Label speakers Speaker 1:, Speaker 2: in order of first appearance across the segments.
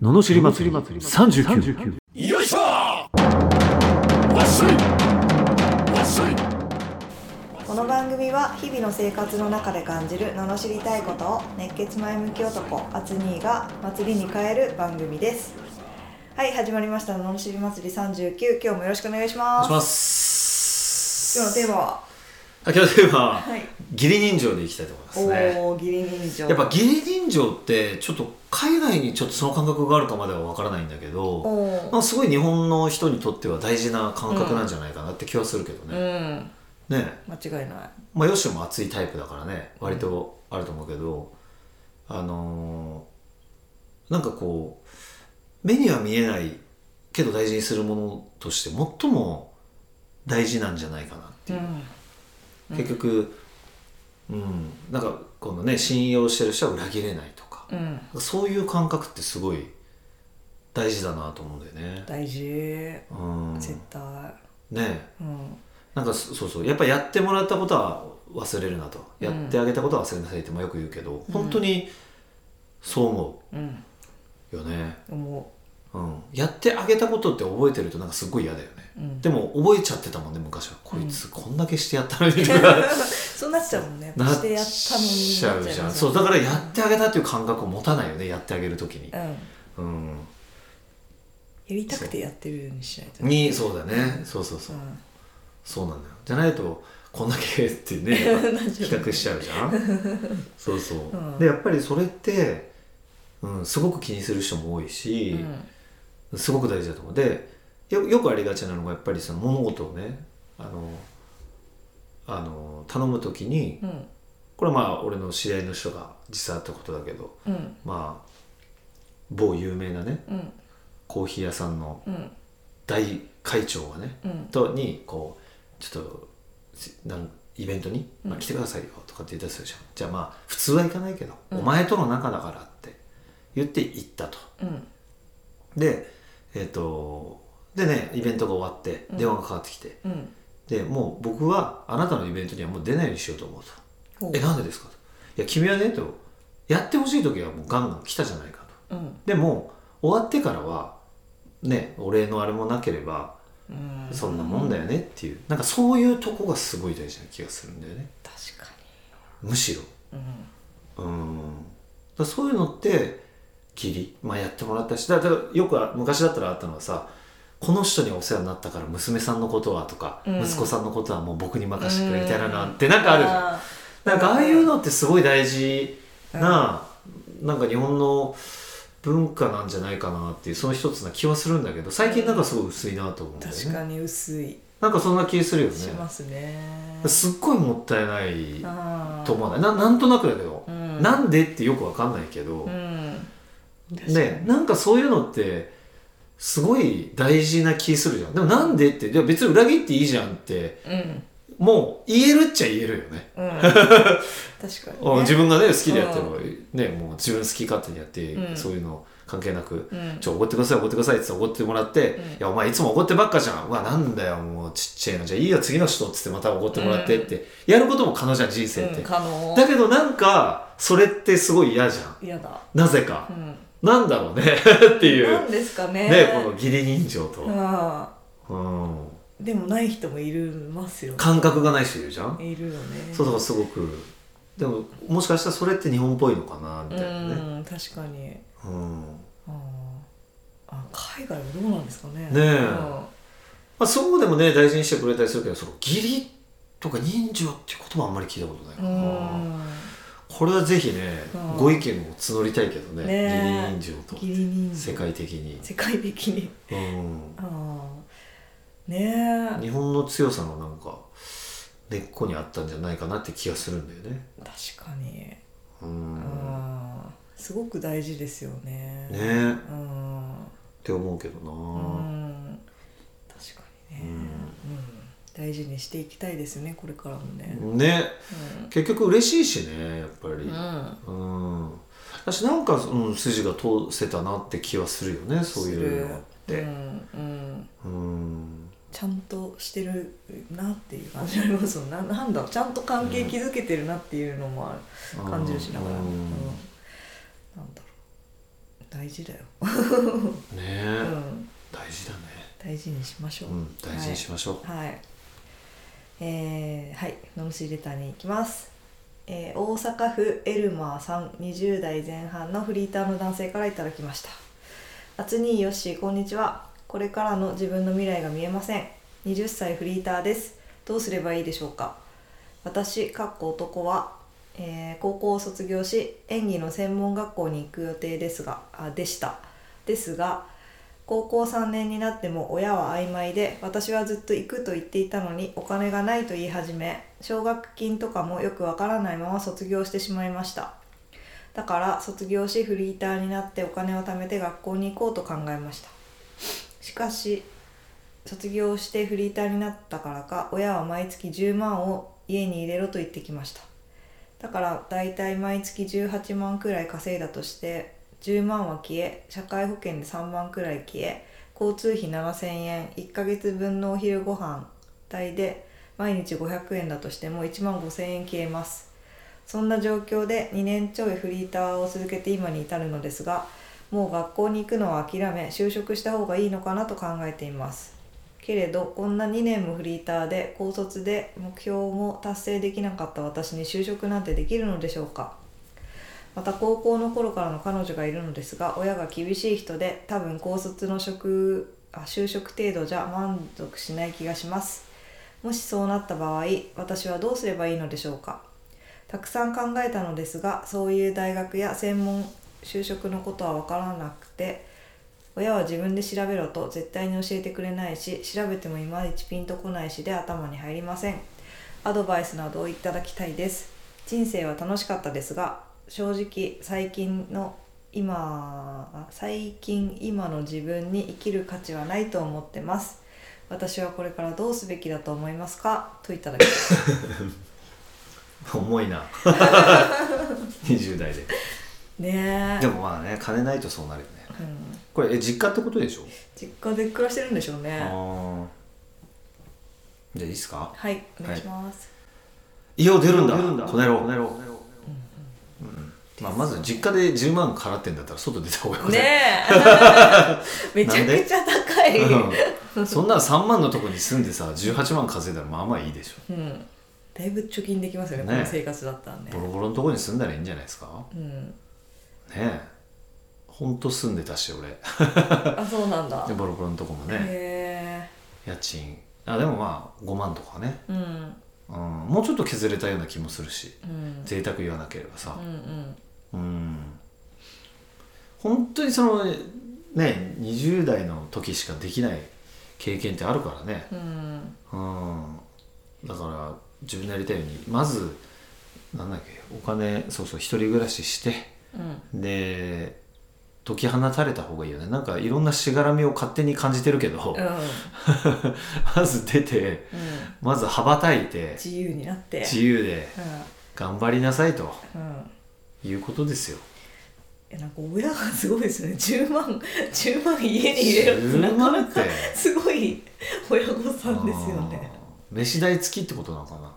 Speaker 1: ののしり祭り39
Speaker 2: よいしょわっしょいわっしょい
Speaker 3: この番組は日々の生活の中で感じる罵りたいことを熱血前向き男アツニーが祭りに変える番組ですはい始まりました罵り祭り39今日もよろしくお願いし
Speaker 2: お願
Speaker 3: ま
Speaker 2: い
Speaker 3: す
Speaker 2: します
Speaker 3: 今日のテーマは
Speaker 2: あ今日のテーマは、
Speaker 3: はい
Speaker 2: 義理人情でいきたいと思いますね
Speaker 3: おー義理人情
Speaker 2: やっぱ義理人情ってちょっと海外にちょっとその感覚があるかまではわからないんだけど、
Speaker 3: お
Speaker 2: ま
Speaker 3: ー
Speaker 2: あ、すごい日本の人にとっては大事な感覚なんじゃないかなって気はするけど
Speaker 3: う
Speaker 2: ね、
Speaker 3: ん
Speaker 2: ね
Speaker 3: 間違いない
Speaker 2: まあヨシも熱いタイプだからね割とあると思うけど、あのーなんかこう目には見えないけど大事にするものとして最も大事なんじゃないかなっていう、
Speaker 3: うん
Speaker 2: 結局うんなんかこのね信用してる人は裏切れないとか、
Speaker 3: うん、うん、
Speaker 2: そういう感覚ってすごい大事だなと思うんだよね。
Speaker 3: 大事
Speaker 2: うん、
Speaker 3: 絶対
Speaker 2: ね
Speaker 3: うん
Speaker 2: なんかそそうそうやっぱやってもらったことは忘れるなと、やってあげたことは忘れなさいってもよく言うけど本当にそう思
Speaker 3: うん
Speaker 2: うよね、
Speaker 3: 思
Speaker 2: うん、やってあげたことって覚えてるとなんかすっごい嫌だよね、
Speaker 3: う、うん、
Speaker 2: でも覚えちゃってたもんね昔はこいつこんだけしてやったのにと か、
Speaker 3: そうなっちゃうもんね
Speaker 2: なっ
Speaker 3: してやったのに
Speaker 2: ちゃうじゃん
Speaker 3: ます
Speaker 2: そうだからやってあげたっていう感覚を持たないよねやってあげる時に
Speaker 3: う、ん
Speaker 2: うん、
Speaker 3: やりたくてやってるようにしないとね
Speaker 2: にそうだねそうそうそう、そうなんだよじゃないとこんだけってね
Speaker 3: なっち
Speaker 2: 比
Speaker 3: ゃう
Speaker 2: 較しちゃうじゃんそうそう、
Speaker 3: うん
Speaker 2: でやっぱりそれって、うん、すごく気にする人も多いし、すごく大事だと思うでよよくありがちなのがやっぱりその物事をねあのあの頼む時に
Speaker 3: うんうん
Speaker 2: これはまあ俺の知り合いの人が実際あったことだけど
Speaker 3: うん
Speaker 2: まあ某有名なね
Speaker 3: うん
Speaker 2: コーヒー屋さんの
Speaker 3: うん
Speaker 2: 大会長がね、
Speaker 3: うん
Speaker 2: とにこうちょっとせなんイベントに、まあ、来てくださいよとかって言ったりするじゃん、じゃあまあ普通は行かないけど、お前との仲だからって言って行ったと
Speaker 3: うん
Speaker 2: でえっ、とでねイベントが終わって電話がかかってきて、
Speaker 3: うん
Speaker 2: でもう僕はあなたのイベントにはもう出ないようにしようと思うと
Speaker 3: ほ
Speaker 2: 「
Speaker 3: う
Speaker 2: えなんでですか?」と「いや君はね」と「やってほしい時はもうガンガン来たじゃないか」と
Speaker 3: うん
Speaker 2: でも終わってからはねお礼のあれもなければ
Speaker 3: うん
Speaker 2: そんなもんだよねっていうなんかそういうとこがすごい大事な気がするんだよね
Speaker 3: 確か
Speaker 2: むし
Speaker 3: にうん
Speaker 2: ろうんだからそういうのってギリ、まあ、やってもらったしだだからよくあ昔だったらあったのはさこの人にお世話になったから娘さんのことはとか、
Speaker 3: うん
Speaker 2: 息子さんのことはもう僕に任せてくれみたいなな
Speaker 3: うん
Speaker 2: てなんかあるじゃん
Speaker 3: あ
Speaker 2: なんかああいうのってすごい大事な、なんか日本の文化なんじゃないかなっていうその一つな気はするんだけど最近なんかすごい薄いなと思うんだよ
Speaker 3: ー確
Speaker 2: ね
Speaker 3: かに薄い
Speaker 2: なんかそんな気するよね
Speaker 3: しますね
Speaker 2: すっごいもったいない
Speaker 3: あー
Speaker 2: と思わないななんとなくだけど、
Speaker 3: うん
Speaker 2: なんでってよくわかんないけど、
Speaker 3: うん
Speaker 2: ねなんかそういうのってすごい大事な気するじゃんでもなんでっていや別に裏切っていいじゃんって
Speaker 3: うん
Speaker 2: もう言えるっちゃ言えるよね
Speaker 3: うん確かに
Speaker 2: あ
Speaker 3: ね
Speaker 2: 自分がね好きでやっても、ねもう自分好き勝手にやって、
Speaker 3: うん
Speaker 2: そういうの関係なく、
Speaker 3: うん
Speaker 2: ちょ、おごってください、おごってくださいって言っておごってもらって、
Speaker 3: うん
Speaker 2: いや、お前いつもおごってばっかじゃん。うわ、なんだよ、もうちっちゃいの。じゃあいいよ、次の人っつってまたおごってもらってって、やることも可能じゃん、人生って。
Speaker 3: うん可能
Speaker 2: だけどなんかそれってすごい嫌じゃん
Speaker 3: 嫌だ
Speaker 2: なぜか
Speaker 3: う、ん
Speaker 2: なんだろうね っていう
Speaker 3: なんですかね
Speaker 2: ねこの義理人情と、
Speaker 3: あ
Speaker 2: うん、
Speaker 3: ーでもない人もいるますよね
Speaker 2: 感覚がない人いるじゃん、
Speaker 3: いるよね
Speaker 2: そうだからすごくでももしかしたらそれって日本っぽいのかなみたいなね、
Speaker 3: うん確かに
Speaker 2: うん
Speaker 3: あーあ海外はどうなんですかね
Speaker 2: ねえまあ、そうでもね大事にしてくれたりするけどその義理とか人情っていう言葉あんまり聞いたことないか
Speaker 3: う
Speaker 2: らな、
Speaker 3: んうん
Speaker 2: これはぜひね、
Speaker 3: うん
Speaker 2: ご意見を募りたいけどね
Speaker 3: ねえ
Speaker 2: 義理人情
Speaker 3: ギリ人
Speaker 2: と
Speaker 3: 情
Speaker 2: 世界的に、
Speaker 3: 世界的に
Speaker 2: うん、
Speaker 3: ああねえ
Speaker 2: 日本の強さのなんか根っこにあったんじゃないかなって気がするんだよね。
Speaker 3: 確かに
Speaker 2: うん
Speaker 3: あーすごく大事ですよね
Speaker 2: ねえっ
Speaker 3: うん
Speaker 2: て思うけど
Speaker 3: う
Speaker 2: な。
Speaker 3: ん確かにね
Speaker 2: うん
Speaker 3: うん大事にしていきたいですねこれからもね
Speaker 2: ね結局嬉しいしねやっぱ
Speaker 3: うん
Speaker 2: り
Speaker 3: う。ん
Speaker 2: うん私なんか、うん、筋が通せたなって気はするよねそういうのっ
Speaker 3: するう
Speaker 2: て。
Speaker 3: んうん
Speaker 2: うん
Speaker 3: ちゃんとしてるなっていう感じありますよな なんだろうちゃんと関係築けてるなっていうのもある感じるしながら、
Speaker 2: う
Speaker 3: うん
Speaker 2: ん
Speaker 3: なんだろう大事だよ、
Speaker 2: ね
Speaker 3: う
Speaker 2: え
Speaker 3: ん、
Speaker 2: 大事だね
Speaker 3: 大事にしましょう、
Speaker 2: うん大事にしましょう
Speaker 3: はい。えー、はい、ののしレターに行きます。えー、大阪府エルマーさん、20代前半のフリーターの男性からいただきました。あつにーよっしー、こんにちは。これからの自分の未来が見えません。20歳フリーターです。どうすればいいでしょうか。私、かっこ男は、えー高校を卒業し演技の専門学校に行く予定ですがあでしたですが高校3年になっても親は曖昧で私はずっと行くと言っていたのにお金がないと言い始め奨学金とかもよくわからないまま卒業してしまいましただから卒業しフリーターになってお金を貯めて学校に行こうと考えましたしかし卒業してフリーターになったからか親は毎月10万を家に入れろと言ってきましただからだいたい毎月18万くらい稼いだとして10万は消え社会保険で3万くらい消え交通費7,000円1ヶ月分のお昼ご飯代で毎日500円だとしても1万5,000円消えますそんな状況で2年ちょいフリーターを続けて今に至るのですがもう学校に行くのは諦め就職した方がいいのかなと考えていますけれどこんな2年もフリーターで高卒で目標も達成できなかった私に就職なんてできるのでしょうかまた高校の頃からの彼女がいるのですが親が厳しい人で多分高卒の職あ就職程度じゃ満足しない気がしますもしそうなった場合私はどうすればいいのでしょうかたくさん考えたのですがそういう大学や専門就職のことは分からなくて親は自分で調べろと絶対に教えてくれないし調べてもいまいちピンとこないしで頭に入りませんアドバイスなどをいただきたいです人生は楽しかったですが正直最近の今あ最近今の自分に生きる価値はないと思ってます私はこれからどうすべきだと思いますかといただきました
Speaker 2: 重い な20代で
Speaker 3: ねえ
Speaker 2: でもまあね金ないとそうなるよね
Speaker 3: うん、
Speaker 2: これえ実家ってことでしょ
Speaker 3: 実家で暮らしてるんでしょうね
Speaker 2: あーじゃあいいっすか
Speaker 3: はいお願いします、
Speaker 2: いや出るんだ
Speaker 1: 出るんだ
Speaker 2: この野郎まあ、まず実家で10万払ってんだったら外出た方がよくない
Speaker 3: ね えめちゃくちゃ高い
Speaker 2: うんそんな3万のとこに住んでさ18万稼いだらまあまあいいでしょ
Speaker 3: うん、だいぶ貯金できますよね
Speaker 2: ね
Speaker 3: この生活だったらね
Speaker 2: ボロボロのとこに住んだらいいんじゃないですか
Speaker 3: うん、
Speaker 2: ねえほんと住んでたし俺
Speaker 3: あそうなんだ
Speaker 2: でボロボロのとこもね
Speaker 3: へ
Speaker 2: 家賃あでもまあ5万とかね、
Speaker 3: えうん
Speaker 2: うん、もうちょっと削れたような気もするし
Speaker 3: うん
Speaker 2: 贅沢言わなければさ
Speaker 3: うんうん
Speaker 2: うん本当にそのね20代の時しかできない経験ってあるからね
Speaker 3: うん
Speaker 2: うんだから自分でやりたいようにまずなんだっけお金そうそう一人暮らしして
Speaker 3: うん
Speaker 2: で解き放たれた方がいいよねなんかいろんなしがらみを勝手に感じてるけど、
Speaker 3: うん
Speaker 2: まず出て
Speaker 3: うん
Speaker 2: まず羽ばたいて
Speaker 3: 自由になって
Speaker 2: 自由で頑張りなさいと
Speaker 3: うんうん
Speaker 2: いうことですよ
Speaker 3: えなんか親がすごいですね10万10万家に入れるってな
Speaker 2: 10
Speaker 3: かなか
Speaker 2: 万って
Speaker 3: すごい親御さんですよね
Speaker 2: うん飯代付きってことなのかな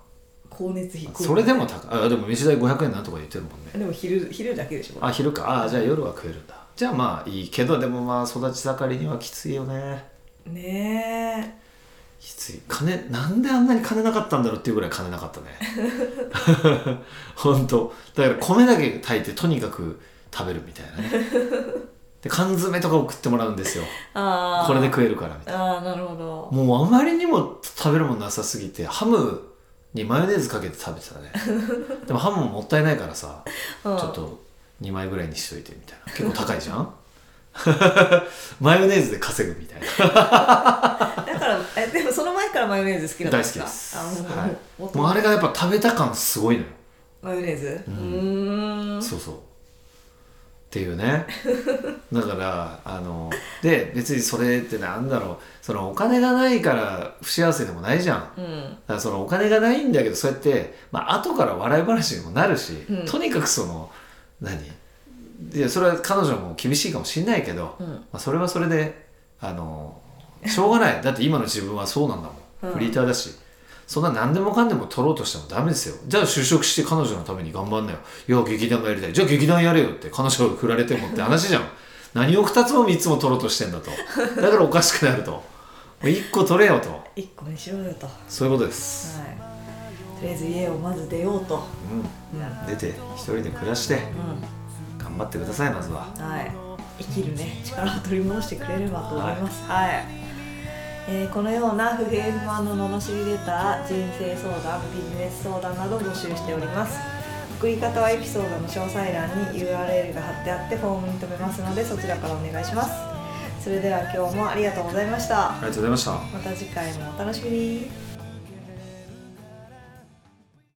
Speaker 3: 光熱費
Speaker 2: それでも高いあでも飯代500円なんとか言ってるもんね
Speaker 3: でも昼昼だけでしょ
Speaker 2: あ昼かあじゃあ夜は食えるんだじゃあまあいいけどでもまあ育ち盛りにはきついよね
Speaker 3: ね
Speaker 2: きつい金なんであんなに金なかったんだろうっていうぐらい金なかったね 本当だから米だけ炊いてとにかく食べるみたいなねで缶詰とか送ってもらうんですよ
Speaker 3: えああ
Speaker 2: これで食えるからみたい
Speaker 3: ああなるほど
Speaker 2: なもうあまりにも食べるもんなさすぎてハムにマヨネーズかけて食べてた ねでもハムももったいないからさ
Speaker 3: ちょ
Speaker 2: ちょっと2枚ぐらいにしといてみたいな結構高いじゃん マヨネーズで稼ぐみたいな
Speaker 3: だからえでもその前からマヨネーズ好きだったん
Speaker 2: 大
Speaker 3: か
Speaker 2: 好きです
Speaker 3: あもう,、
Speaker 2: はい
Speaker 3: もっと
Speaker 2: もうあれがやっぱ食べた感すごいのよ、
Speaker 3: マヨネーズう
Speaker 2: うん
Speaker 3: ーん
Speaker 2: そうそうっていうねだからあので別にそれってなんだろうそのお金がないから不幸せでもないじゃんだか
Speaker 3: うん
Speaker 2: らそのお金がないんだけどそうやって、まあ後から笑い話にもなるし、
Speaker 3: うん
Speaker 2: とにかくその何いやそれは彼女も厳しいかもしんないけど、
Speaker 3: うん
Speaker 2: まあ、それはそれであのしょうがないだって今の自分はそうなんだもん、
Speaker 3: うん
Speaker 2: フリーターだしそんな何でもかんでも取ろうとしてもダメですよじゃあ就職して 彼女のために頑張んなよいや劇団がやりたいじゃあ劇団やれよって彼女が振られてもって話じゃん何を2つも3つも取ろうとしてんだとだからおかしくなるともう1個取れよと
Speaker 3: 一個にしろよと、は
Speaker 2: そういうことです、
Speaker 3: い、とりあえず家をまず出ようと、
Speaker 2: うん、出て一人で暮らして
Speaker 3: う
Speaker 2: 頑張ってくださいまずは
Speaker 3: んはい、生きるね力を取り戻してくれればと思います、はいえーこのような不平不満の罵りレター人生相談ビジネス相談などを募集しております送り方はエピソードの詳細欄に URL が貼ってあってフォームに留めますのでそちらからお願いしますそれでは今日もありがとうございました
Speaker 2: ありがとうございました
Speaker 3: また次回もお楽しみに